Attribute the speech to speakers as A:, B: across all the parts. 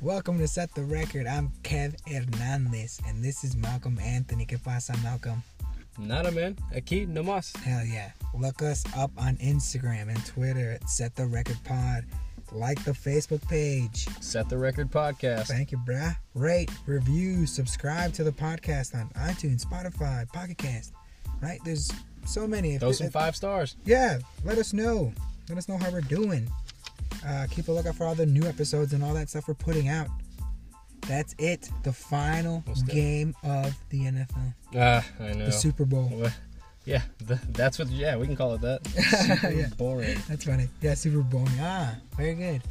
A: Welcome to Set the Record. I'm Kev Hernandez, and this is Malcolm Anthony. ¿Qué pasa, Malcolm?
B: Nada, man. Aquí nomás.
A: Hell yeah. Look us up on Instagram and Twitter at Set the Record Pod. Like the Facebook page.
B: Set the Record Podcast.
A: Thank you, bruh. Rate, review, subscribe to the podcast on iTunes, Spotify, Pocket Cast. Right? There's so many. If-
B: Throw some
A: if-
B: five stars.
A: yeah, let us know. Let us know how we're doing. Uh, keep a lookout for all the new episodes and all that stuff we're putting out. That's it. The final
B: What's that?
A: game of the NFL,
B: Ah, I know.
A: the Super Bowl.
B: Well, yeah, th- that's what. Yeah, we can call it that. Super
A: Yeah.
B: boring.
A: That's funny. Yeah, Super Bowl. Ah, very good.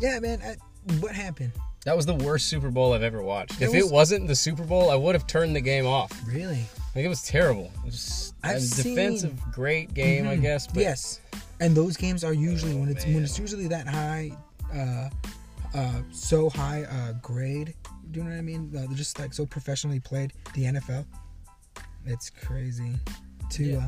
A: Yeah, man. I, what happened?
B: That was the worst Super Bowl I've ever watched.
A: It
B: if
A: was-
B: it wasn't the Super Bowl, I would have turned the game off.
A: Really?
B: Like it was terrible. It was
A: I've
B: a
A: seen- Mm-hmm.
B: defensive, great game, I guess. But
A: Hmm. yes. And those games are usually
B: Oh,
A: when it's when
B: man.
A: it's usually that high, uh, uh, so high uh, grade. Do you know what I mean? Uh, they're just like so professionally played. The NFL. It's crazy. To
B: Yeah.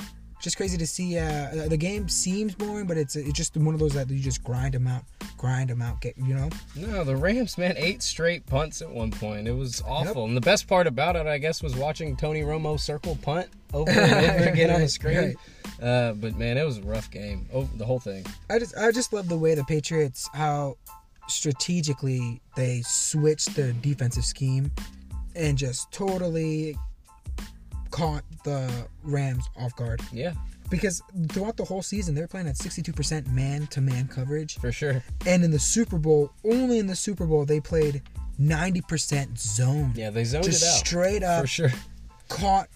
A: uh, just crazy to see. Uh, the- the game seems boring, but it's it's just one of those that you just grind them out, grind them out. Get you know.
B: No, the Rams, man, eight straight punts at one point. It was awful. And the best part about it, I guess, was watching Tony Romo circle punt over and over again on the
A: Right,
B: screen. Uh, but man, it was a rough game. Oh, the whole thing.
A: I just I just love the way the Patriots how strategically they switched their defensive scheme and just totally caught the Rams off guard
B: Yeah,
A: because throughout the whole season they were playing at 62% man to man coverage
B: for sure.
A: and in the Super Bowl only in the Super Bowl they played 90% zone
B: Yeah, they zoned
A: just
B: it out
A: straight up
B: for sure.
A: caught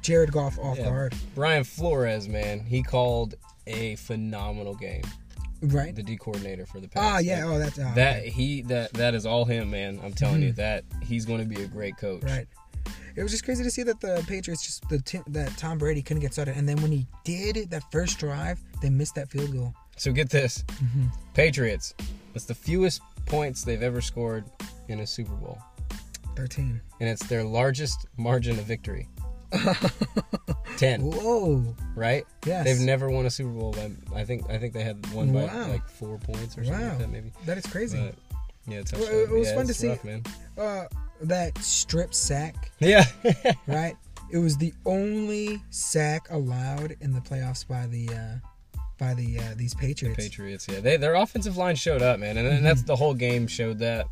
A: Jared Goff off
B: Yeah.
A: guard
B: Brian Flores, man, he called a phenomenal game.
A: right
B: The D coordinator for the Pats.
A: ah yeah
B: Like,
A: oh that's ah,
B: that he that that is all him, man. I'm telling you that he's going to be a great coach.
A: Right. It was just crazy to see that the Patriots just the Tim, that Tom Brady couldn't get started, and then when he did that first drive, they missed that field goal.
B: So get this,
A: Mm-hmm.
B: Patriots. It's the fewest points they've ever scored in a Super Bowl,
A: Thirteen.
B: and it's their largest margin of victory. Ten,
A: Whoa.
B: right?
A: Yes.
B: They've never won a Super Bowl by. I think I think they had one by
A: Wow.
B: like four points or something
A: Wow.
B: like that, maybe.
A: That is crazy.
B: But, yeah, it's
A: Well, it was
B: yeah,
A: fun to
B: it's
A: see.
B: rough, man.
A: uh, that strip sack,
B: Yeah.
A: right? It was the only sack allowed in the playoffs by the uh, by the uh, these Patriots.
B: Patriots, yeah, they, their offensive line showed up, man, and, and that's the whole game showed that.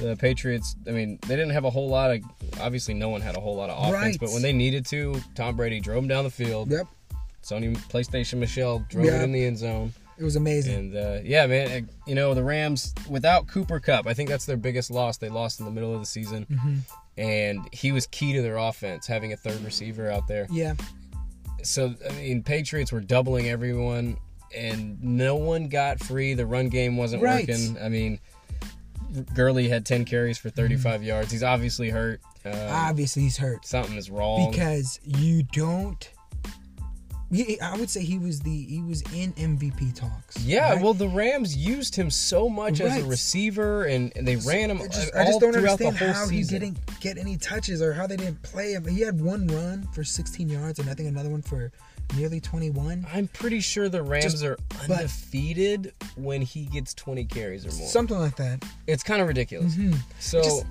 B: The Patriots, I mean, they didn't have a whole lot of. Obviously, no one had a whole lot of offense,
A: Right.
B: but when they needed to, Tom Brady drove them down the field.
A: Yep.
B: Sony PlayStation Michelle drove
A: Yep.
B: it in the end zone,
A: It was amazing.
B: and uh, yeah, man, it- you know the Rams without Cooper Cup, I think that's their biggest loss. They lost in the middle of the season, and he was key to their offense, having a third receiver out there
A: Yeah.
B: so I mean, Patriots were doubling everyone, and no one got free. The run game wasn't
A: Right.
B: working. I mean, Gurley had ten carries for 35
A: Mm-hmm.
B: yards. He's obviously hurt. Uh,
A: Obviously, he's hurt.
B: something is wrong.
A: because you don't. He, I would say he was the he was in MVP talks.
B: yeah,
A: right?
B: well, the Rams used him so much as
A: Right.
B: a receiver, and, and they ran him
A: I just,
B: all
A: I just don't
B: throughout the
A: understand
B: whole
A: how
B: season.
A: he didn't get any touches or how they didn't play him. He had one run for 16 yards and I think another one for nearly 21.
B: I'm pretty sure the Rams
A: Just-
B: are undefeated when he gets 20 carries or more.
A: Something like that.
B: it's kind of ridiculous. So
A: Mm-hmm. Just-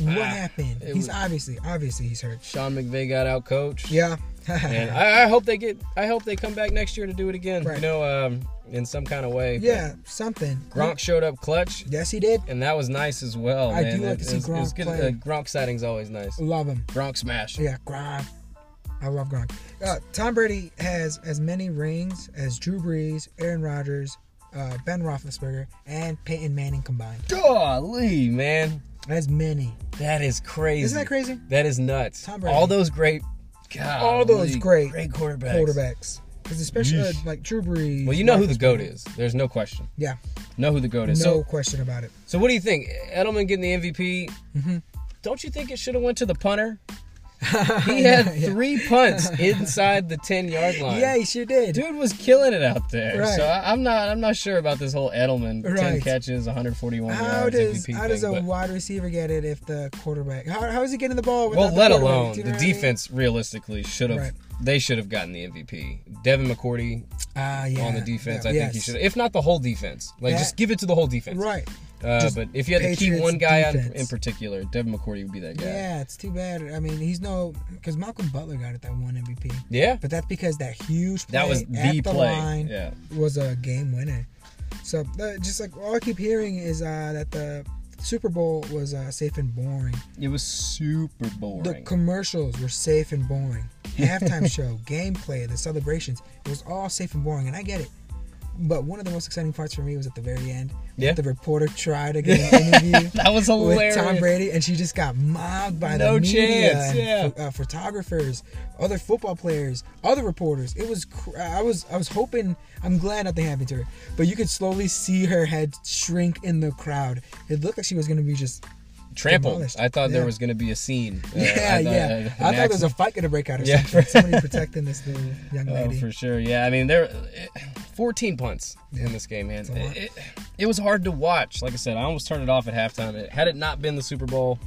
A: What
B: Ah,
A: happened?
B: it
A: He's
B: was-
A: obviously obviously he's hurt.
B: Sean McVay got out coached.
A: Yeah.
B: And I, I hope they get. I hope they come back next year to do it again.
A: Right.
B: You know, um, in some kind of way. But
A: yeah, something.
B: Gronk showed up clutch,
A: Yes, he did.
B: and that was nice as well.
A: I
B: man.
A: do like
B: It-
A: to see
B: it was- it was
A: Gronk
B: good.
A: play.
B: Uh, Gronk sighting's always nice.
A: Love him.
B: Gronk smash.
A: Yeah, Gronk. I love Gronk. Uh, Tom Brady has as many rings as Drew Brees, Aaron Rodgers, uh, Ben Roethlisberger, and Peyton Manning combined.
B: Golly, man,
A: As many.
B: that is crazy.
A: Isn't that crazy?
B: That is nuts.
A: Tom Brady.
B: All those great. God,
A: All those great
B: great quarterbacks.
A: Quarterbacks. Because especially uh,
B: Yeesh.
A: like Drew Brees.
B: Well, you know who the goat is. There's no question.
A: Yeah,
B: Know who the goat
A: no
B: is. So,
A: question about it.
B: so what do you think? Edelman getting the MVP.
A: Mm-hmm.
B: Don't you think it should have went to the punter? He had
A: Yeah.
B: three punts inside the ten yard line.
A: Yeah, he sure did.
B: dude was killing it out there.
A: Right.
B: So I, I'm not I'm not sure about this whole Edelman ten
A: Right.
B: catches, 141
A: How
B: yards
A: does
B: MVP
A: how does a
B: thing. but-
A: wide receiver get it if the quarterback? How, how is he getting the ball? Without
B: well,
A: the
B: let
A: quarterback?
B: alone
A: Do you
B: the
A: know what I mean?
B: defense. Realistically, should have
A: Right.
B: they should have gotten the MVP. Devin McCourty
A: Ah, yeah.
B: on the defense.
A: Yeah,
B: I think he
A: yes.
B: should, if not the whole defense. Like
A: That-
B: just give it to the whole defense.
A: Right.
B: Uh,
A: Just
B: but if you had to
A: Patriots
B: keep one guy on
A: defense.
B: in particular, Devin McCourty would be that guy.
A: Yeah. it's too bad. I mean, he's no because Malcolm Butler got it that one MVP,
B: Yeah?
A: but that's because that huge play
B: That was
A: at
B: the
A: the
B: play.
A: line
B: Yeah.
A: was a game winner. So uh, just like all I keep hearing is uh, that the Super Bowl was uh, safe and boring.
B: It was super
A: The
B: boring.
A: commercials were safe and boring. Halftime show, gameplay, the celebrations, it was all safe and boring, and I get it. But one of the most exciting parts for me was at the very end.
B: Yeah.
A: The reporter tried to get an interview
B: that was
A: with
B: hilarious.
A: Tom Brady, and she just got mobbed by
B: No
A: the media,
B: chance,
A: and
B: yeah.
A: ph- uh, photographers, other football players, other reporters. It was cr- I was I was hoping I'm glad nothing happened to her, but you could slowly see her head shrink in the crowd. It looked like she was gonna be just
B: Trampled.
A: demolished.
B: I thought there
A: Yeah.
B: was going to be a scene. Uh,
A: yeah
B: I thought- uh,
A: yeah.
B: an
A: I thought there was
B: accident.
A: a fight gonna break out or
B: Yeah.
A: something. Somebody protecting this little young
B: Oh,
A: lady.
B: for sure. Yeah, I mean, there, eh, 14 punts in this game, man.
A: a lot.
B: It, it, it was hard to watch. Like I said, I almost turned it off at halftime. It, had it not been the Super Bowl,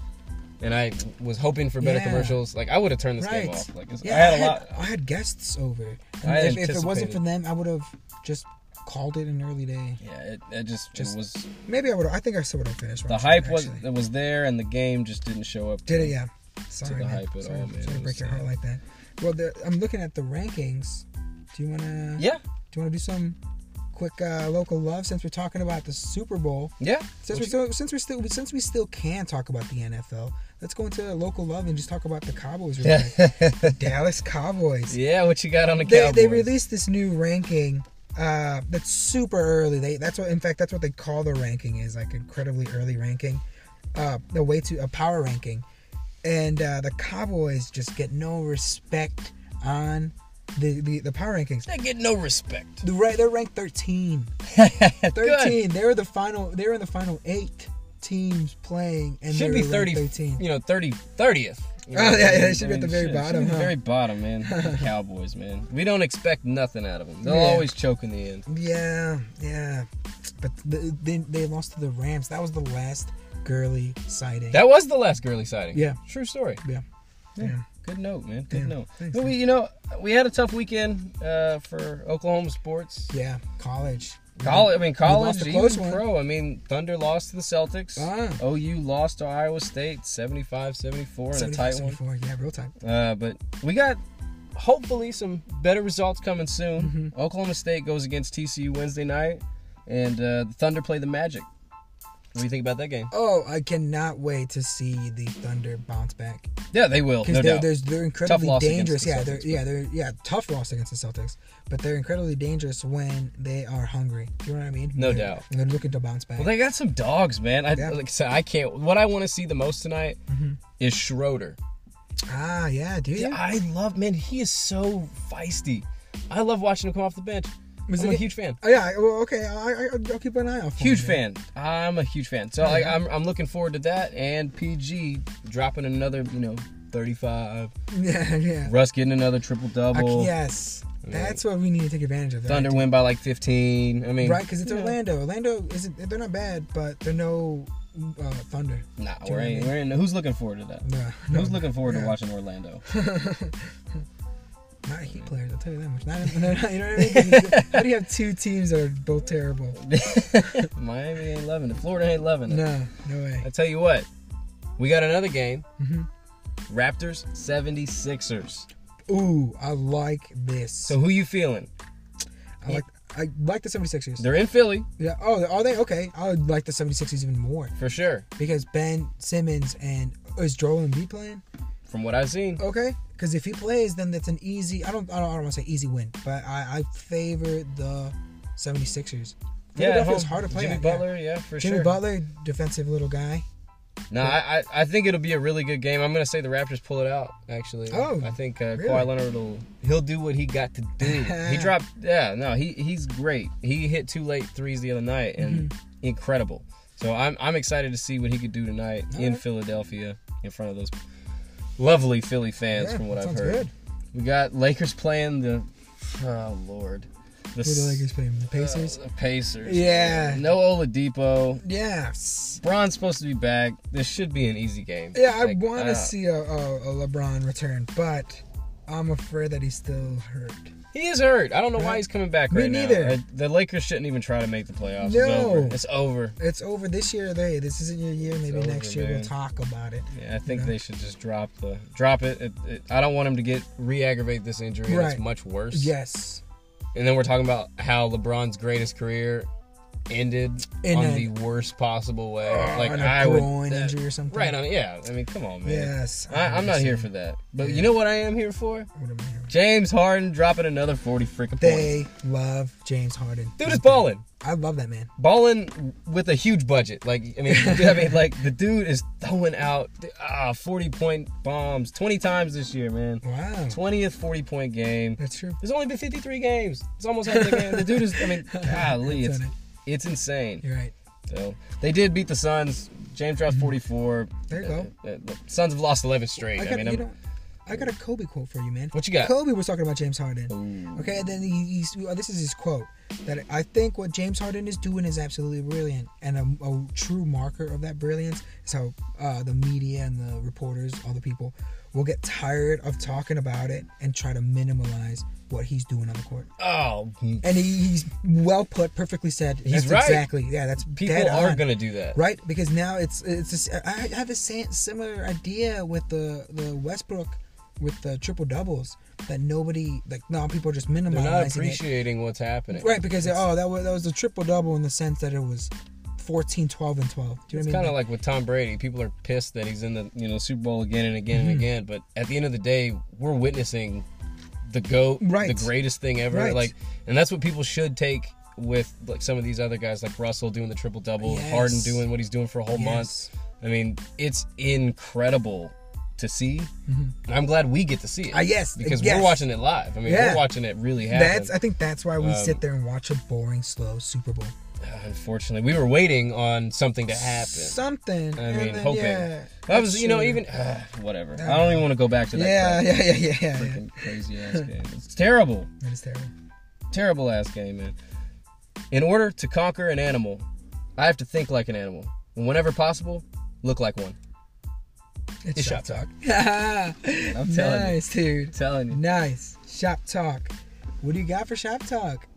B: and I was hoping for better
A: Yeah.
B: commercials, like I would have turned this game
A: Right.
B: off. Like it's-
A: yeah,
B: I had a lot.
A: I had guests over. And
B: I
A: if, if it wasn't
B: anticipated.
A: for them, I would have just called it an early day.
B: Yeah, it, it just,
A: Just-
B: it was
A: Maybe I would. I think I still would have finished.
B: the
A: watching it,
B: hype was
A: actually.
B: it was there, and the game just didn't show up.
A: Did it? Yeah. Sorry.
B: the
A: man.
B: hype at
A: sorry,
B: all, man.
A: sorry to
B: It
A: break
B: was,
A: your heart
B: uh,
A: like that. Well, the, I'm looking at the rankings. Do you wanna?
B: Yeah,
A: Do you wanna do some quick uh, local love since we're talking about the Super Bowl?
B: yeah.
A: Since we're still, since we're still since we still can talk about the NFL, let's go into local love and just talk about the Cowboys. Real quick. The Dallas Cowboys.
B: yeah, what you got on the
A: They,
B: Cowboys?
A: they released this new ranking. Uh, that's super early. They that's what in fact that's what they call the ranking is like incredibly early ranking. Uh, the way to a power ranking, and uh, the Cowboys just get no respect on the the, the power rankings.
B: They get no respect.
A: The right they're ranked 13.
B: Good.
A: 13. They're the final. They're in the final eight teams playing, and
B: Should
A: they're
B: be
A: ranked
B: 30,
A: 13.
B: you know, 30, 30th. You know,
A: Oh, yeah, yeah,
B: I
A: it should be at the
B: mean,
A: very
B: shit, it should
A: bottom,
B: be the
A: huh?
B: very bottom, man. The Cowboys, man. We don't expect nothing out of them. They'll
A: Yeah.
B: always choke in the end.
A: Yeah, yeah. But the, they they lost to the Rams. That was the last Gurley sighting.
B: That was the last Gurley sighting.
A: Yeah.
B: True story.
A: yeah. Yeah.
B: Good note, man. Good
A: Yeah.
B: note.
A: Thanks,
B: but we, you know, we had a tough weekend uh, for Oklahoma sports.
A: Yeah. College.
B: College, I mean, college,
A: lost a
B: even
A: close one.
B: pro. I mean, Thunder lost to the Celtics.
A: Ah.
B: OU lost to Iowa State 75 74 in a tight one.
A: 74, Yeah, real tight.
B: Uh, but we got hopefully some better results coming soon. Oklahoma State goes against TCU Wednesday night, and uh, the Thunder play the Magic. What do you think about that game?
A: Oh, I cannot wait to see the Thunder bounce back
B: Yeah, they will. No
A: because
B: doubt.
A: they're, they're they're incredibly
B: loss against
A: dangerous.
B: the
A: Yeah, they're
B: Celtics,
A: yeah they're yeah tough loss against the Celtics, but they're incredibly dangerous when they are hungry. Do you know what I mean?
B: No
A: They're-
B: doubt.
A: They're looking to bounce back.
B: Well, they got some dogs, man. I,
A: Yeah.
B: Like I said, I can't. What I want to see the most tonight is Schroeder.
A: ah, yeah, dude.
B: Yeah, I love man. He is so feisty. I love watching him come off the bench.
A: Was
B: I'm
A: it-
B: a huge fan.
A: Oh, yeah. I- Well, okay. I, I, I'll keep an eye out. For
B: Huge
A: him, man.
B: fan. I'm a huge fan. So like, I'm, I'm looking forward to that and PG dropping another, you know, 35,
A: Yeah, yeah.
B: Russ getting another triple
A: I-
B: double.
A: yes, that's what we need to take advantage of.
B: Thunder win by like 15. I mean,
A: right? Because it's
B: you know,
A: Orlando. Orlando isn't. They're not bad, but they're no uh, Thunder.
B: Nah,
A: Do you know
B: we're
A: what I
B: in,
A: mean?
B: we're in. Who's looking forward to that?
A: No,
B: Who's
A: no,
B: looking forward to
A: Yeah.
B: watching Orlando?
A: not Heat players. I'll tell you that much. Not, they're not- you know what I mean? 'Cause it's- How do you have two teams that are both terrible?
B: Miami ain't loving it. Florida ain't loving it.
A: No, no way.
B: I tell you what, we got another game.
A: Mhm.
B: Raptors 76ers.
A: Ooh, I like this.
B: So who you feeling?
A: I like. I like the 76ers.
B: They're in Philly
A: Yeah. Oh, are they? Okay. I would like the 76ers even more
B: for sure.
A: because Ben Simmons and is Joel Embiid playing?
B: From what I've seen,
A: Okay, because if he plays, then that's an easy. I don't. I don't, I don't want to say easy win, but I, I favor the 76ers.
B: yeah, at
A: Philadelphia is
B: home.
A: hard to play.
B: Jimmy
A: at, yeah.
B: Butler, yeah, for
A: Jimmy
B: sure.
A: Butler, defensive little guy.
B: No, I, I I think it'll be a really good game. I'm gonna say the Raptors pull it out. Actually,
A: Oh,
B: I think uh,
A: really?
B: Kawhi Leonard will he'll do what he got to do. he dropped, yeah, no, he he's great. He hit two late threes the other night and
A: Mm-hmm.
B: incredible. So I'm I'm excited to see what he could do tonight in
A: right.
B: Philadelphia in front of those lovely Philly fans.
A: Yeah,
B: from what
A: that
B: I've
A: sounds
B: heard,
A: good.
B: we got Lakers playing the oh lord,
A: Who
B: the,
A: the
B: s-
A: Lakers playing? The
B: uh,
A: Pacers.
B: the Pacers.
A: Yeah.
B: no Oladipo.
A: yes.
B: Bron's supposed to be back. This should be an easy game.
A: Yeah, I
B: Like,
A: want to
B: uh,
A: see a, a, a LeBron return, but I'm afraid that he's still hurt.
B: He is hurt. I don't know
A: Right.
B: why he's coming back
A: Me
B: right now.
A: neither.
B: Uh, The Lakers shouldn't even try to make the playoffs. It's
A: No.
B: over. It's over.
A: It's over this year. Hey, this isn't your year. Maybe
B: over,
A: next year
B: man.
A: we'll talk about it.
B: Yeah, I think
A: Yeah.
B: they should just drop the drop it. It, it. I don't want him to get re-aggravate this injury. and
A: Right.
B: It's much worse.
A: Yes.
B: And then we're talking about how LeBron's greatest career ended
A: In
B: on
A: a-
B: the worst possible way. uh, like
A: on Oh, a
B: I
A: groin
B: would that-
A: injury or something.
B: Right on. Yeah. I mean, come on, man.
A: Yes.
B: I, I'm not here for that. But you know what I am here for?
A: What am I here?
B: James Harden dropping another 40 freaking points.
A: They love James Harden.
B: Dude is balling.
A: I love that man.
B: Balling with a huge budget. Like, I mean, I mean, like, the dude is throwing out ah, 40 point bombs 20 times this year, man.
A: Wow.
B: 20th 40 point game.
A: That's true.
B: There's only been 53 games. It's almost half the game. The dude is, I mean, golly, it's,
A: That's
B: it's insane.
A: You're right.
B: So, they did beat the Suns. James dropped 44.
A: There you go.
B: Uh, uh, the Suns have lost 11 straight.
A: I
B: I,
A: got,
B: mean,
A: you
B: I'm,
A: know, I got a Kobe quote for you, man.
B: what you got?
A: Kobe was talking about James Harden.
B: Ooh.
A: Okay, and then he, he's, well, this is his quote that I think what James Harden is doing is absolutely brilliant, and a, a true marker of that brilliance is how uh, the media and the reporters, all the people, will get tired of talking about it and try to minimalize what he's doing on the court.
B: Oh,
A: And he, he's well put, perfectly said.
B: He's
A: That's
B: right.
A: Exactly. Yeah, that's dead
B: people are
A: on.
B: going to do that.
A: right because now it's it's just, I have a sa- similar idea with the the Westbrook with the triple doubles that nobody like now people are just
B: They're not
A: minimizing it
B: appreciating what's happening.
A: right because oh that was that was a triple double in the sense that it was 14 12 and 12 do you
B: It's
A: know what I
B: kind
A: mean
B: of like with Tom Brady. People are pissed that he's in the you know Super Bowl again and again
A: Mm-hmm.
B: and again. But at the end of the day, we're witnessing the goat,
A: Right.
B: the greatest thing ever.
A: Right.
B: Like, and that's what people should take with like some of these other guys, like Russell doing the triple double,
A: Yes.
B: Harden doing what he's doing for a whole
A: Yes.
B: month. I mean, it's incredible to see. And I'm glad we get to see it.
A: Ah, Mm-hmm. yes,
B: because
A: yes.
B: we're watching it live. I mean,
A: Yeah.
B: we're watching it really happen. Um,
A: that's i think that's why we sit there and watch a boring slow super bowl
B: Unfortunately, we were waiting on something to happen.
A: something
B: I
A: and
B: mean,
A: then,
B: hoping.
A: yeah,
B: that was, you know,
A: sure.
B: even uh, whatever. I don't even want to go back to that.
A: yeah yeah yeah yeah yeah,
B: crap.
A: yeah.
B: Freaking crazy ass game. It's terrible,
A: that is terrible
B: terrible ass game, man. In order to conquer an animal, I have to think like an animal, and whenever possible, look like one.
A: it's,
B: It's
A: shop,
B: shop
A: talk, i'm
B: I'm telling you.
A: nice dude
B: telling you.
A: Nice. Shop talk. What do you got for shop talk?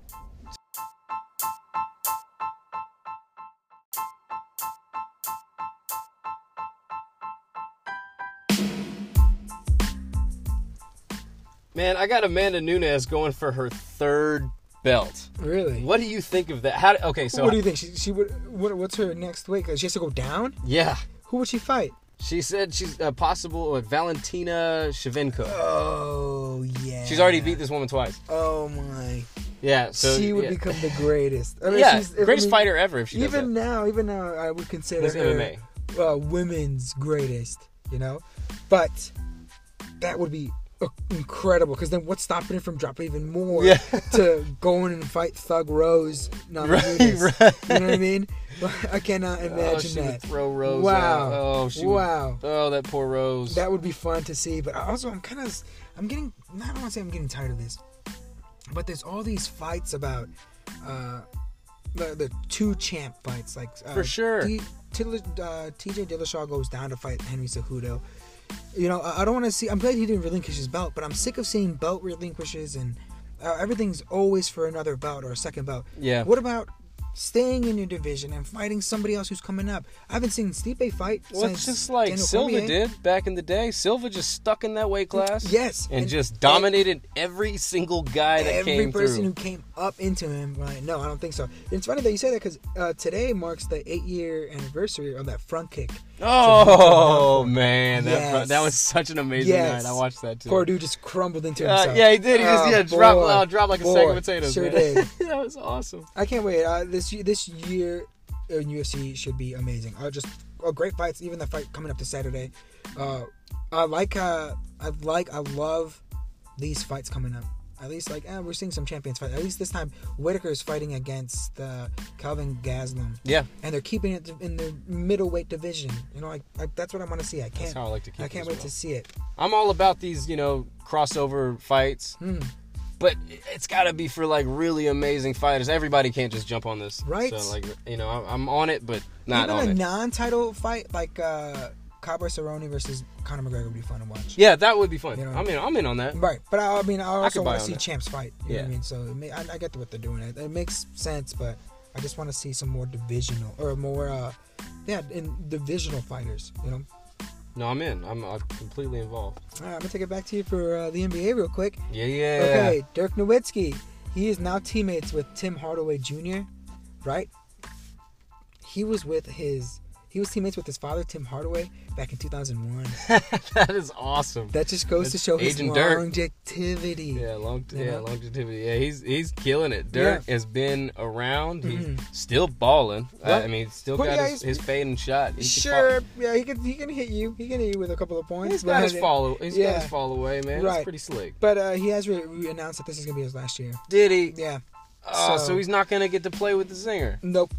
B: Man, I got Amanda Nunes going for her third belt.
A: Really?
B: What do you think of that? How? Okay, so
A: what do you think? She, she would. What, what's her next week? She has to go down.
B: yeah,
A: Who would she fight?
B: she said she's a possible uh, Valentina Shevchenko.
A: Oh yeah.
B: She's already beat this woman twice.
A: Oh my.
B: Yeah, so
A: she would
B: yeah.
A: become the greatest. I mean,
B: yeah,
A: she's- I
B: greatest
A: mean,
B: fighter ever. If she does
A: Even
B: that.
A: now, even now, I would consider
B: That's
A: her
B: MMA.
A: uh, women's greatest. You know, but that would be uh, incredible. Because then, what's stopping her from dropping even more
B: Yeah.
A: to going and fight Thug Rose? Not
B: Right, right.
A: You know what I mean? I cannot
B: Oh,
A: imagine
B: she would
A: that.
B: throw Rose.
A: Wow.
B: Out. Oh, she would-
A: wow.
B: oh, that poor Rose.
A: That would be fun to see. But I also, I'm kind of, I'm getting, I don't want to say I'm getting tired of this, but there's all these fights about uh, the, the two champ fights. Like uh,
B: For sure.
A: T- Till- uh, TJ Dillashaw goes down to fight Henry Cejudo. You know, I, I don't want to see. I'm glad he didn't relinquish his belt, but I'm sick of seeing belt relinquishes and uh, everything's always for another bout or a second bout.
B: Yeah.
A: What about staying in your division and fighting somebody else who's coming up? I haven't seen Stipe fight
B: well, it's
A: since
B: just like
A: Daniel
B: Silva
A: Cormier.
B: did back in the day. Silva just stuck in that weight class.
A: Yes,
B: And,
A: and-
B: just dominated every single guy that
A: every
B: came
A: person
B: through.
A: who came up into him like no i don't think so it's funny that you say that because uh, today marks the eight year anniversary of that front kick
B: oh man, that
A: Yes.
B: that was such an amazing
A: Yes.
B: night. I watched that too.
A: poor dude just crumbled into
B: Uh,
A: himself
B: yeah, he did. He just
A: Oh,
B: yeah, dropped,
A: boy.
B: uh, dropped like a
A: Boy,
B: sack of potatoes.
A: sure
B: man.
A: did
B: that was awesome.
A: i can't wait uh, this y- this year in ufc should be amazing uh, just uh, great fights even the fight coming up to saturday uh, i like uh, i like i love these fights coming up at least like eh, we're seeing some champions fight at least this time whitaker is fighting against uh, calvin gaslam
B: Yeah,
A: and they're keeping it in the middleweight division. You know, like, like that's what I want to see. I can't.
B: how I like to keep
A: I
B: it
A: can't
B: as
A: wait
B: well.
A: to see it.
B: I'm all about these, you know, crossover fights.
A: Hmm.
B: But it's got to be for like really amazing fighters. Everybody can't just jump on this,
A: Right.
B: So like, you know, I'm- I'm on it, but not
A: Even
B: on
A: a
B: it.
A: non-title fight like uh Cabo Cerrone versus Conor McGregor would be fun to watch.
B: Yeah, that would be fun.
A: You know-
B: I mean, I'm in on that.
A: Right, but I, I mean, I also want
B: buy on
A: to see
B: that.
A: champs fight. You know what
B: Yeah.
A: I mean? So it may, I, I get what they're doing. It, it makes sense, but I just want to see some more divisional or more, uh, yeah, in divisional fighters. You know,
B: No, I'm in. I'm, I'm completely involved.
A: all right, I'm gonna take it back to you for uh, the NBA real quick.
B: Yeah, yeah.
A: Okay, Dirk Nowitzki, he is now teammates with Tim Hardaway Jr. Right? He was with his. He was teammates with his father, Tim Hardaway, back in 2001.
B: that is awesome.
A: That just goes to
B: That's
A: show his
B: Agent Dirk.
A: longevity.
B: Yeah, long,
A: You
B: yeah,
A: know?
B: longevity. Yeah, he's he's killing it. Dirk has been around. He's still balling. I,
A: Yeah.
B: I mean, he's still
A: Mm-hmm. Well,
B: got
A: yeah,
B: his,
A: he's-
B: his fading shot. He can fall-
A: Sure, yeah, he can he can hit you. He can hit you with a couple of points.
B: he's got his
A: but-
B: fall. He's
A: yeah.
B: got his fall away, man. It's
A: Right.
B: pretty slick.
A: But uh, he has re- re- announced that this is gonna be his last year.
B: Did he?
A: Yeah,
B: Oh, so,
A: So-
B: he's not gonna get to play with the singer.
A: nope.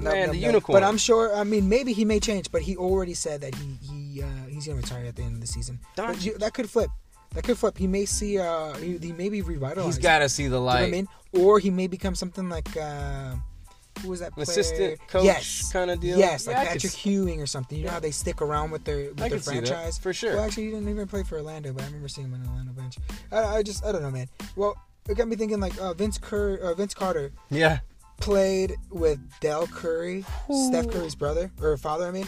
A: Nope,
B: Man,
A: nope,
B: the
A: nope.
B: unicorn.
A: But I'm sure. I mean, maybe he may change. But he already said that he he uh, he's gonna retire at the end of the season.
B: Darn.
A: But you- that could flip. That could flip. He may see. Uh, he, he may be revitalized.
B: He's got to see
A: You
B: the
A: know what
B: light.
A: I mean, or he may become something like uh, who was that? Player?
B: Assistant coach
A: Yes.
B: kind of deal.
A: Yes,
B: Yeah,
A: like
B: I could
A: Patrick
B: s-
A: Ewing or something. You know
B: Yeah.
A: how they stick around with their with
B: I
A: their
B: could see that,
A: franchise
B: for sure.
A: Well, actually, he didn't even play for Orlando, but I remember seeing him on the Orlando bench. I, I just I don't know, man. Well, it got me thinking like uh, Vince Cur- uh, Vince Carter
B: Yeah.
A: played with Dell Curry, Steph Curry's brother or father. I mean,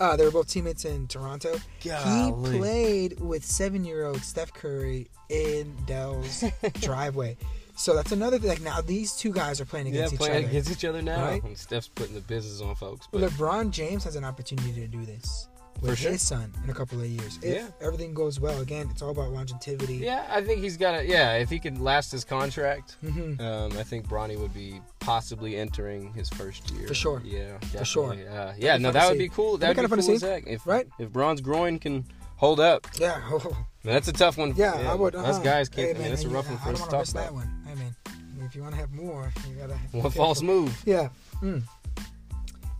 A: uh, they were both teammates in Toronto.
B: Golly.
A: He played with seven-year-old Steph Curry in Dell's driveway. So that's another thing. Like now, these two guys are playing
B: Yeah,
A: against each
B: playing
A: other.
B: against each other now.
A: Right?
B: And Steph's putting the business on folks. But
A: LeBron James has an opportunity to do this with
B: For sure.
A: his son in a couple of years. If
B: Yeah.
A: everything goes well, again, it's all about longevity.
B: yeah, I think he's got to. Yeah, if he could last his contract,
A: hmm
B: um, I think Bronny would be possibly entering his first year.
A: For sure.
B: Yeah,
A: For sure.
B: definitely. Uh, yeah,
A: be
B: no,
A: fun
B: that
A: to
B: would
A: see.
B: be cool.
A: That'd
B: That
A: be
B: would be
A: kinda
B: cool
A: fun
B: as
A: to
B: heck. If,
A: right?
B: If Bron's groin can hold up,
A: Yeah. oh,
B: man, that's a tough one.
A: yeah, I would.
B: Those
A: uh,
B: guys
A: hey,
B: can't. man, that's a
A: I-
B: rough
A: I,
B: one
A: I
B: for us
A: don't wanna
B: to talk
A: miss that
B: about.
A: one. I mean, if you want to have more, you gotta. be
B: One
A: careful.
B: false move.
A: Yeah. Mm.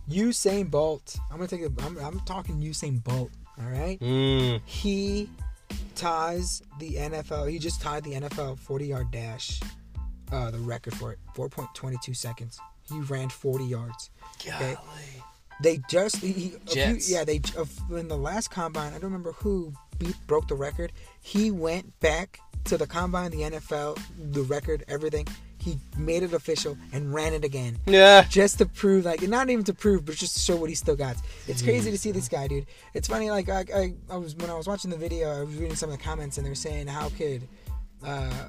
A: Usain Bolt. I'm gonna take. A, I'm, I'm talking Usain Bolt. All right.
B: Mm,
A: He ties the NFL. He just tied the NFL 40 yard dash, uh, the record for it, 4.22 seconds. He ran 40 yards.
B: golly.
A: They just he, he, a few-
B: Jets.
A: yeah they uh, in the last combine I don't remember who beat broke the record. He went back to the combine, the NFL, the record, everything. He made it official and ran it again
B: Yeah.
A: just to prove, like, not even to prove, but just to show what he still got.
B: Hmm.
A: It's crazy to see this guy, dude. It's funny, like, I, I, I was when I was watching the video, I was reading some of the comments, and they were saying, "How could uh,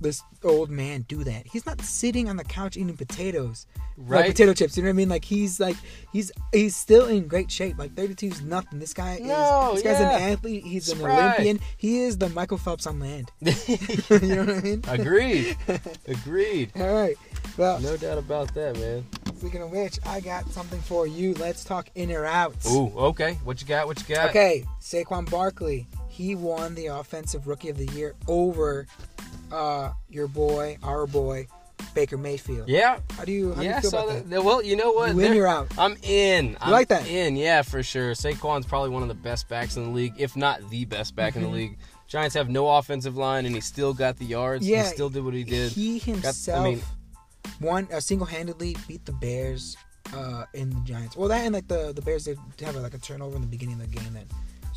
A: this old man do that? He's not sitting on the couch eating potatoes, right?
B: Right.
A: Like potato chips. You know what I mean? Like, he's like, he's he's still in great shape. Like, 32 is nothing. This guy
B: No,
A: is. This guy's
B: yeah.
A: an athlete. He's an
B: Spry.
A: Olympian. He is the Michael Phelps on land. you know what I mean?
B: Agreed. Agreed.
A: All right. Well,
B: No doubt about that, man.
A: Speaking of which, I got something for you. Let's talk in or out.
B: Ooh, okay. What you got? What you got?
A: Okay, Saquon Barkley. He won the Offensive Rookie of the Year over uh, your boy, our boy, Baker Mayfield.
B: Yeah.
A: How do you, how
B: yeah.
A: do you feel
B: so
A: about that?
B: that- Well, you know what?
A: You in,
B: There-
A: you're out.
B: I'm in. I'm
A: like that?
B: In, yeah, for sure. Saquon's probably one of the best backs in the league, if not the best back in the
A: Mm-hmm.
B: league. Giants have no offensive line, and he still got the yards.
A: Yeah,
B: he still did what he did.
A: He himself
B: mean-
A: won uh, single-handedly beat the Bears uh, and the Giants. Well, that and like the the Bears, they have like a turnover in the beginning of the game that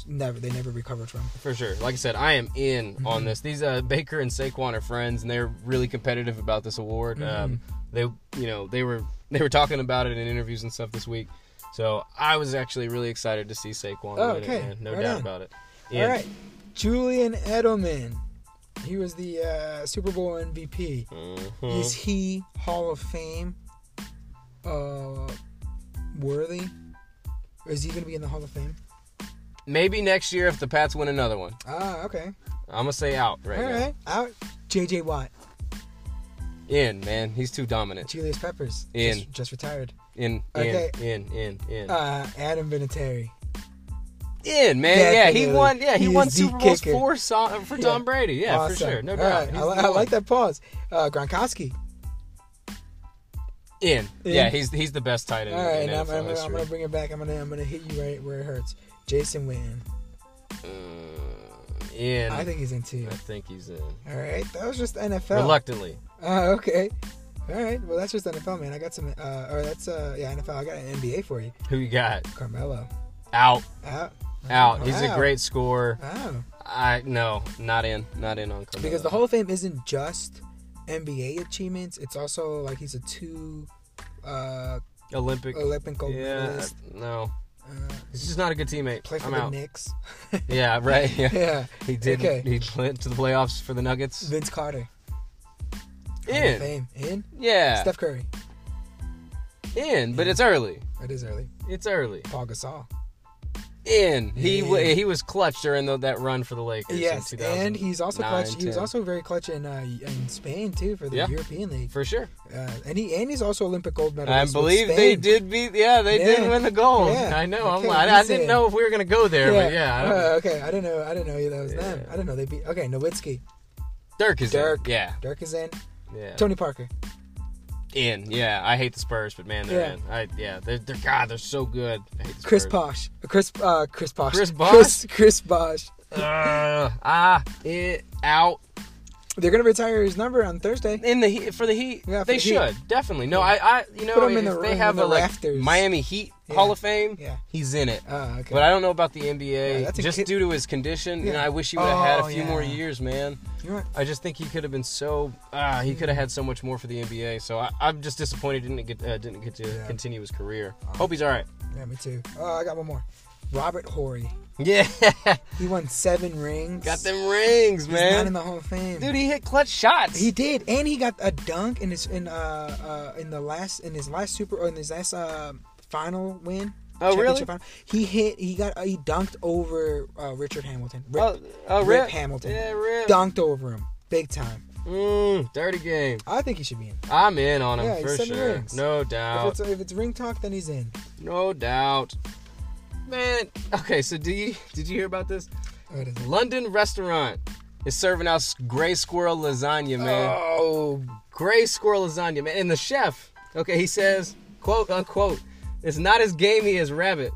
A: never they never recovered from.
B: for sure. Like I said, I am in on this. These uh, Baker and Saquon are friends, and they're really competitive about this award.
A: Mm-hmm.
B: Um, they, you know, they were they were talking about it in interviews and stuff this week. So I was actually really excited to see Saquon
A: Oh,
B: win
A: okay.
B: it, man. No
A: Right
B: doubt
A: on.
B: about it.
A: All
B: In.
A: right, Julian Edelman. He was the uh, Super Bowl MVP.
B: Mhm.
A: Is he Hall of Fame uh, worthy? Or is he going to be in the Hall of Fame?
B: Maybe next year if the Pats win another one,
A: Ah, okay.
B: I'm gonna say out right
A: All
B: now.
A: right. Out. JJ Watt,
B: In man, he's too dominant.
A: Julius Peppers,
B: In.
A: just, just retired.
B: In,
A: Okay.
B: in, in, in, in,
A: Uh, Adam Vinatieri.
B: in, man. Yeah, he
A: definitely.
B: won. Yeah, he
A: He's
B: won
A: the
B: Super Bowls
A: kicker.
B: for so- for Tom Brady. Yeah, for
A: Awesome.
B: sure, no
A: All
B: doubt.
A: right,
B: He's
A: I, li-
B: the
A: I like
B: one.
A: that pause. Uh, Gronkowski.
B: In.
A: In.
B: yeah, he's he's the best tight end.
A: All right,
B: in
A: and I'm,
B: NFL
A: I'm, gonna- I'm
B: history.
A: going to bring it back. I'm going to I'm gonna hit you right where it hurts. Jason Witten.
B: Uh, in.
A: I think he's in too.
B: I think he's in.
A: All right, that was just NFL.
B: Reluctantly,
A: Uh, okay. All right. Well, that's just NFL, man. I got some. Uh, or that's uh, yeah, NFL. I got an NBA for you,
B: who you got?
A: Carmelo.
B: Out,
A: Out.
B: out. He's a
A: Wow.
B: great scorer.
A: Wow.
B: I no, not in, not in on Carmelo.
A: Because the Hall of Fame isn't just NBA achievements. It's also like he's a two uh,
B: Olympic.
A: Olympic gold
B: Yeah,
A: medalist.
B: no,
A: Uh,
B: he's just not a good teammate.
A: play for
B: I'm
A: the
B: out.
A: Knicks.
B: Yeah, right. Yeah.
A: yeah.
B: He did.
A: Okay.
B: He went to the playoffs for the Nuggets.
A: Vince Carter. Hall of
B: In,
A: Fame. In?
B: yeah,
A: Steph Curry.
B: in. But it's early.
A: That is early.
B: It's early.
A: Paul Gasol.
B: In. He wa
A: In.
B: he was clutch during tho- that run for the Lakers. in
A: Yes, and
B: 2000.
A: he's also
B: 2009,
A: clutch. He was
B: 10.
A: also very clutch in uh, in Spain too for the
B: Yeah.
A: European League.
B: for sure.
A: Uh, and he and he's also Olympic gold
B: I
A: medalist. with
B: believe they
A: Spain.
B: did beat. Yeah, they did
A: Yeah.
B: win the gold.
A: Yeah.
B: I know.
A: Okay,
B: I'm, I, I
A: he's
B: didn't
A: in.
B: know if we were gonna go there, but yeah, I don't,
A: Uh, okay. I didn't know. I didn't know that was them.
B: Yeah.
A: I didn't know they beat. Okay. Nowitzki.
B: Dirk is
A: Dirk.
B: in. Yeah,
A: Dirk is in.
B: yeah.
A: Tony Parker.
B: In. Yeah, I hate the Spurs, but man, they're
A: Yeah.
B: in. I, yeah, they're, they're God, they're so good. I hate the
A: Chris
B: Spurs.
A: Bosh. Chris. Uh, Chris Bosh.
B: Chris Bosh?
A: Chris, Chris Bosh.
B: Ugh, ah, it out
A: They're gonna retire his number on Thursday.
B: in the heat for the Heat.
A: Yeah, for
B: they
A: the Heat.
B: should definitely. No, I, I, you know,
A: him in
B: if
A: the-
B: they
A: in
B: have
A: the
B: a like
A: rafters.
B: Miami Heat
A: Yeah.
B: Hall of Fame,
A: Yeah.
B: he's in it.
A: Uh, okay.
B: But I don't know about the NBA,
A: Yeah, that's a
B: just
A: kid-
B: due to his condition. And
A: Yeah.
B: I wish he would have had a
A: Oh,
B: few more
A: yeah.
B: years, man.
A: You're right.
B: I just think he could have been so. ah, he could have had so much more for the NBA. So I, I'm just disappointed he didn't get uh, didn't get to
A: Yeah. Uh-huh.
B: continue his career. Hope he's all right.
A: Yeah, me too. Oh, I got one more. Robert Horry.
B: Yeah,
A: He won seven rings.
B: got them rings,
A: He's not in
B: man.
A: the Hall of Fame.
B: Dude, he hit clutch shots.
A: He did, and he got a dunk in his in uh, uh in the last in his last super or in his last uh, final win.
B: Oh,
A: championship
B: really?
A: Final, he hit. He got. Uh, he dunked over uh, Richard Hamilton. Rip,
B: oh, oh,
A: Rip
B: Rip.
A: Hamilton.
B: Yeah, Rip.
A: Dunked over him, big time.
B: Mm, dirty game.
A: I think he should be in.
B: I'm in on him
A: Yeah, he's
B: for
A: seven
B: sure.
A: rings.
B: No
A: If
B: doubt.
A: it's, if it's ring talk, then he's in.
B: No doubt. Man, okay. So do you did you hear about this?
A: Oh, it is.
B: London restaurant is serving out s- gray squirrel lasagna, man.
A: Oh,
B: gray squirrel lasagna, man. And the chef, okay, he says, quote unquote, it's not as gamey as rabbit.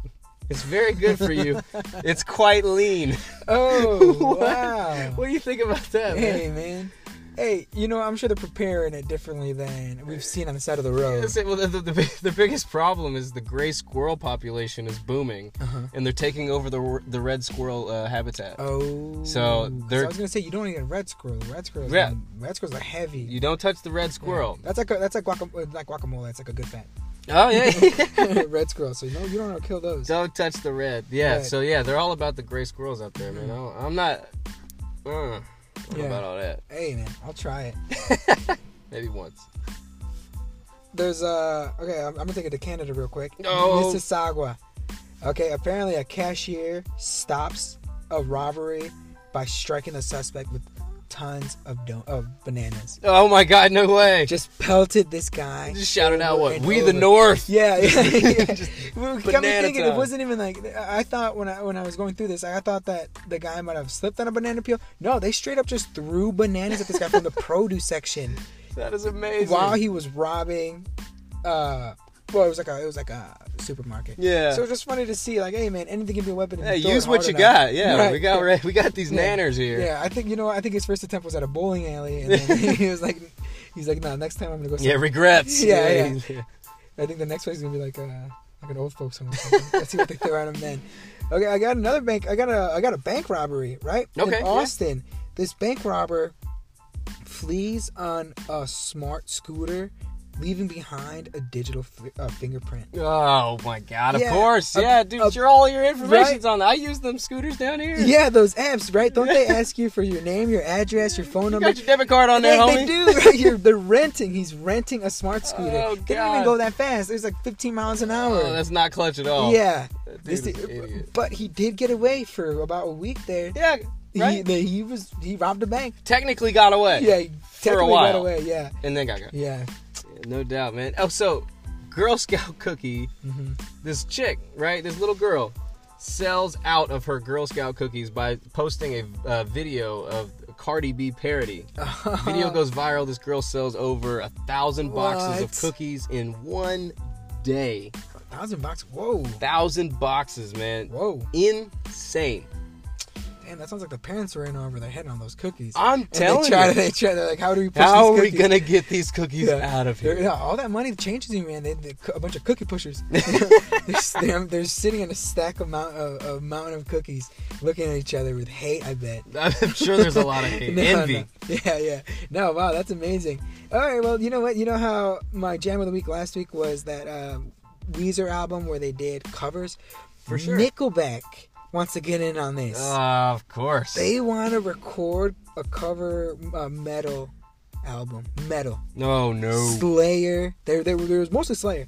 B: It's very good for you. it's quite lean.
A: oh
B: What?
A: wow.
B: What do you think about that, man?
A: Hey man. Hey, you know I'm sure they're preparing it differently than we've seen on the side of the road.
B: That's it. Well, the, the, the, big- the biggest problem is the gray squirrel population is booming,
A: Uh-huh.
B: and they're taking over the the red squirrel uh, habitat.
A: Oh.
B: So,
A: 'cause
B: they're-
A: I was gonna say you don't even red squirrel. Red squirrels.
B: Yeah.
A: Yeah. Red squirrels are heavy.
B: You don't touch the red squirrel.
A: That's like a, that's like guacamole. Like guacamole. That's like a good fat.
B: Oh yeah.
A: red squirrel. So you know you don't want to kill those.
B: Don't touch the red. Yeah.
A: Red.
B: So yeah, they're all about the gray squirrels out there, man. I- I'm not. Uh, I don't know
A: Mm. Yeah.
B: about all that.
A: Hey man, I'll try it.
B: Maybe once.
A: There's uh okay. I'm, I'm gonna take it to Canada real quick.
B: No.
A: Mississauga. Okay. Apparently, a cashier stops a robbery by striking a suspect with tons of do- of bananas.
B: Oh my God! No way. Just,
A: Just pelted this guy.
B: shouted out
A: over
B: what?
A: and
B: We the
A: over.
B: North.
A: Yeah, yeah. yeah.
B: Just
A: Well, it got me
B: banana
A: thinking.
B: time.
A: It wasn't even like I I thought when I when I was going through this. I thought that the guy might have slipped on a banana peel. No, they straight up just threw bananas at this guy from the produce section
B: That is amazing.
A: while he was robbing. Uh, well, it was like a it was like a supermarket.
B: Yeah.
A: So it's just funny to see like, hey man, anything can be a weapon. if
B: Hey,
A: throw it
B: use what
A: hard
B: you
A: enough.
B: got. Yeah,
A: Right.
B: we got re- we got these
A: Yeah.
B: nanners here.
A: Yeah, I think you know. I think his first attempt was at a bowling alley, and then he was like, he's like, no, next time I'm gonna go.
B: Yeah,
A: somewhere-
B: regrets.
A: Yeah,
B: yeah.
A: I think the next one is gonna be like uh like an old folks home. or something. Let's see what they throw at him then. Okay, I got another bank. I got a I got a bank robbery right
B: Okay,
A: in
B: yeah.
A: Austin. This bank robber flees on a smart scooter, leaving behind a digital fi- uh, fingerprint.
B: Oh my God! Of
A: Yeah,
B: course.
A: a-
B: yeah, dude.
A: a-
B: your all your information's on. I use them scooters down here.
A: Yeah, those apps, right? Don't they ask you for your name, your address, your phone
B: You
A: number?
B: got your debit card on
A: They,
B: there, homie.
A: they do. Right? You're, they're renting. He's renting a smart scooter. they
B: Oh,
A: don't
B: God.
A: even go that fast. It was like 15 miles an hour.
B: Oh, that's not clutch at all.
A: yeah. uh,
B: That dude
A: This
B: is
A: dude-
B: an idiot.
A: but he did get away for about a week there.
B: Yeah. Right.
A: He, they, he was he robbed a bank.
B: Technically got away.
A: Yeah, he
B: For a
A: technically
B: while.
A: got away. Yeah,
B: And then got got.
A: yeah.
B: No doubt, man. Oh, so Girl Scout cookie.
A: Mm-hmm.
B: This chick, right? This little girl sells out of her Girl Scout cookies by posting a uh, video of Cardi B parody. video goes viral. This girl sells over a thousand
A: What?
B: boxes of cookies in one day.
A: Thousand bucks. Whoa,
B: Thousand boxes, man.
A: whoa.
B: Insane.
A: damn, that sounds like the parents were in over their head on those cookies.
B: I'm
A: And they
B: telling
A: try,
B: you.
A: They try, they're like, how do we push these
B: How are we
A: cookies?
B: gonna get these cookies
A: Yeah.
B: out of
A: They're-
B: here?
A: yeah, all that money changes you, man. They, they, a bunch of cookie pushers. they're, s- they're, they're sitting in a stack of mount, of, of mountain of cookies, looking at each other with hate. I bet.
B: I'm sure there's a lot of hate.
A: No,
B: envy.
A: no. Yeah, yeah. No, wow, that's amazing. All right, well, you know what? You know how my jam of the week last week was that um, Weezer album where they did covers.
B: For sure.
A: Nickelback wants to get in on this.
B: Ah, of course.
A: they want to record a cover uh, metal album. Metal.
B: No, no.
A: Slayer. There, there, there was mostly Slayer.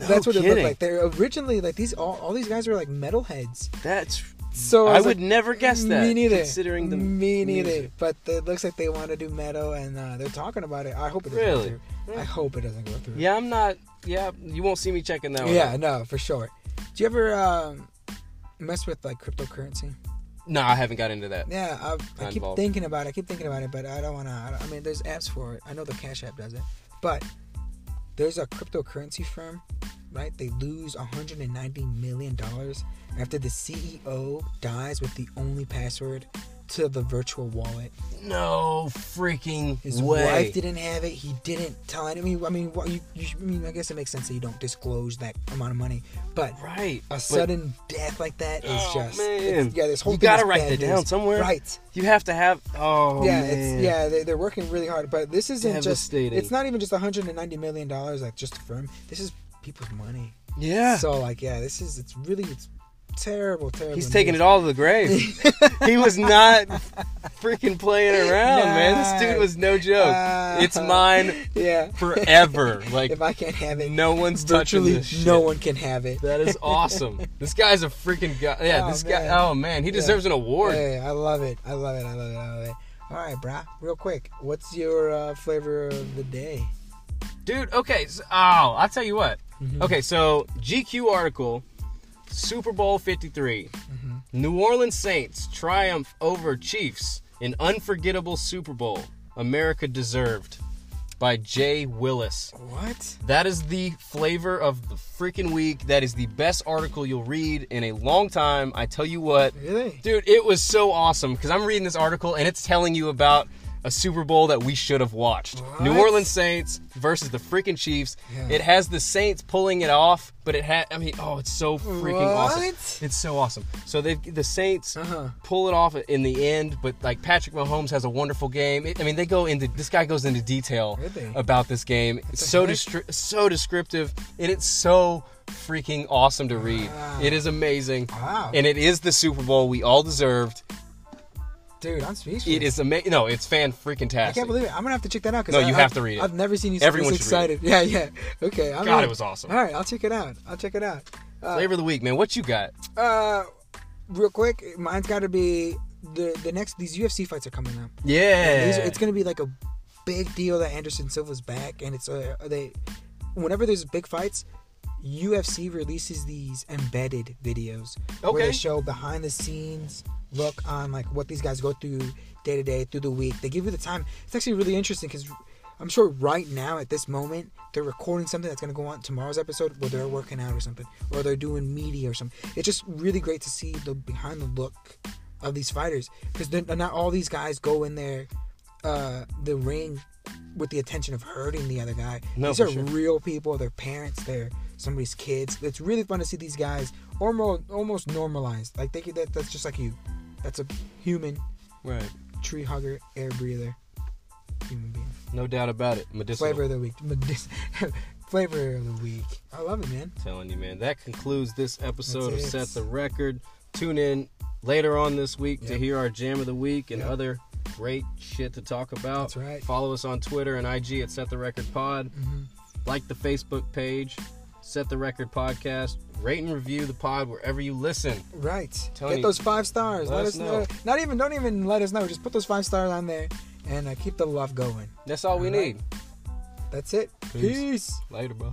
B: No
A: That's what it
B: kidding.
A: looked like. They're originally like these. All, all these guys were like metalheads.
B: That's.
A: So
B: I
A: was
B: would
A: like,
B: never guess that.
A: Oh, Me neither.
B: Considering the
A: me neither.
B: music.
A: But it looks like they want to do metal, and uh, they're talking about it. I hope it doesn't
B: Really?
A: go through. I hope it doesn't go through.
B: Yeah, I'm not. Yeah, you won't see me checking that one. out.
A: Yeah. No, for sure. Do you ever um, mess with like cryptocurrency?
B: No, I haven't got into that.
A: Yeah, I, I
B: Not
A: keep
B: involved.
A: thinking about it. I keep thinking about it, but I don't want to. I, don't- I mean, there's apps for it. I know the Cash App does it, but there's a cryptocurrency firm, right? They lose 190 million dollars after the CEO dies with the only password to the virtual wallet.
B: No freaking
A: His
B: way.
A: wife didn't have it. He didn't tell any. I mean, I mean, what you, you, I mean, I guess it makes sense that you don't disclose that amount of money, but
B: right.
A: a
B: but
A: sudden death like that is
B: Oh,
A: just
B: man.
A: it's- yeah. This whole
B: You
A: thing
B: gotta
A: is
B: write
A: bad
B: that
A: news.
B: down somewhere.
A: right?
B: You have to have. Oh
A: yeah,
B: man.
A: it's yeah, they, they're working really hard, but this isn't just.
B: Devastating.
A: It's not even just 190 million dollars, like just a firm. This is people's money.
B: Yeah.
A: So like, yeah, this is it's really it's terrible, terrible.
B: He's taking it all to the grave. he was not freaking playing around, man. This dude was no joke.
A: Nice.
B: it's mine
A: Yeah.
B: forever. Like
A: If I can't have it,
B: no one's touching
A: virtually
B: this shit.
A: no one can have it.
B: That is awesome. this guy's a freaking guy. Yeah,
A: Oh,
B: this
A: man.
B: guy. Oh man, he deserves an award.
A: Hey, I love it. I love it. I love it. I love it. All right, brah. Real quick, what's your uh, flavor of the day?
B: Dude, okay. So, oh, I'll tell you what.
A: Mhm.
B: Okay, so GQ article, Super Bowl 53.
A: Mm-hmm.
B: New Orleans Saints triumph over Chiefs in unforgettable Super Bowl. America deserved by Jay Willis.
A: What?
B: That is the flavor of the freaking week. That is the best article you'll read in a long time. I tell you what.
A: Really?
B: Dude, it was so awesome because I'm reading this article and it's telling you about a Super Bowl that we should have watched. New
A: What?
B: Orleans Saints versus the freaking Chiefs.
A: Yeah.
B: It has the Saints pulling it off, but it had I mean, oh, it's so freaking awesome.
A: What?
B: It's so awesome. So they the Saints
A: Uh-huh.
B: pull it off in the end, but like Patrick Mahomes has a wonderful game. It- I mean, they go into this guy goes into detail
A: Really?
B: about this game. It's so
A: heck?
B: destri- so descriptive and it's so freaking awesome to read.
A: Wow.
B: It is amazing.
A: Ah. Wow.
B: And it is the Super Bowl we all deserved.
A: Dude, I'm speechless.
B: It is amazing. No, it's fan freaking tastic.
A: I can't believe it. I'm gonna have to check that out. 'cause
B: No,
A: I-
B: you
A: I've-
B: have to read it.
A: I've never seen you Everyone
B: Everyone
A: this
B: should read
A: excited. Yeah, yeah. Okay. I'm
B: God,
A: in.
B: it was awesome.
A: All right, I'll check it out. I'll check it out.
B: Flavor of the week, man. What you got?
A: Uh, real quick, mine's got to be the the next. These UFC fights are coming up.
B: Yeah.
A: These- it's gonna be like a big deal that Anderson Silva's back, and it's uh, they. Whenever there's big fights, UFC releases these embedded videos where
B: Okay.
A: they show behind the scenes look on like what these guys go through day to day through the week. They give you the time. It's actually really interesting because I'm sure right now at this moment they're recording something that's gonna go on tomorrow's episode where they're working out or something or they're doing media or something. It's just really great to see the behind the look of these fighters because not all these guys go in there uh, the ring with the intention of hurting the other guy.
B: No,
A: these
B: for
A: are
B: sure.
A: real people. Their parents. They're somebody's kids. It's really fun to see these guys almost almost normalized. Like they could- that that's just like you. That's a human
B: right.
A: tree hugger, air breather, human being.
B: No doubt about it. Medicinal.
A: Flavor of the week. Medic- Flavor of the week. I love it, man.
B: telling you, man. That concludes this episode
A: That's
B: of
A: it.
B: Set the Record. Tune in later on this week to
A: Yep.
B: hear our jam of the week and
A: Yep.
B: other great shit to talk about.
A: That's right. Mm-hmm.
B: Follow us on Twitter and IG at Set the Record Pod. Like the Facebook page, Set the Record Podcast. Rate and review the pod wherever you listen.
A: Right.
B: Tell
A: Get
B: you-
A: those five stars.
B: let
A: Let,
B: us
A: us know.
B: know.
A: Not even. Don't even let us know. Just put those five stars on there, and uh, keep the love going.
B: That's all we
A: All right.
B: need.
A: That's it.
B: Peace.
A: Peace.
B: Later, bro.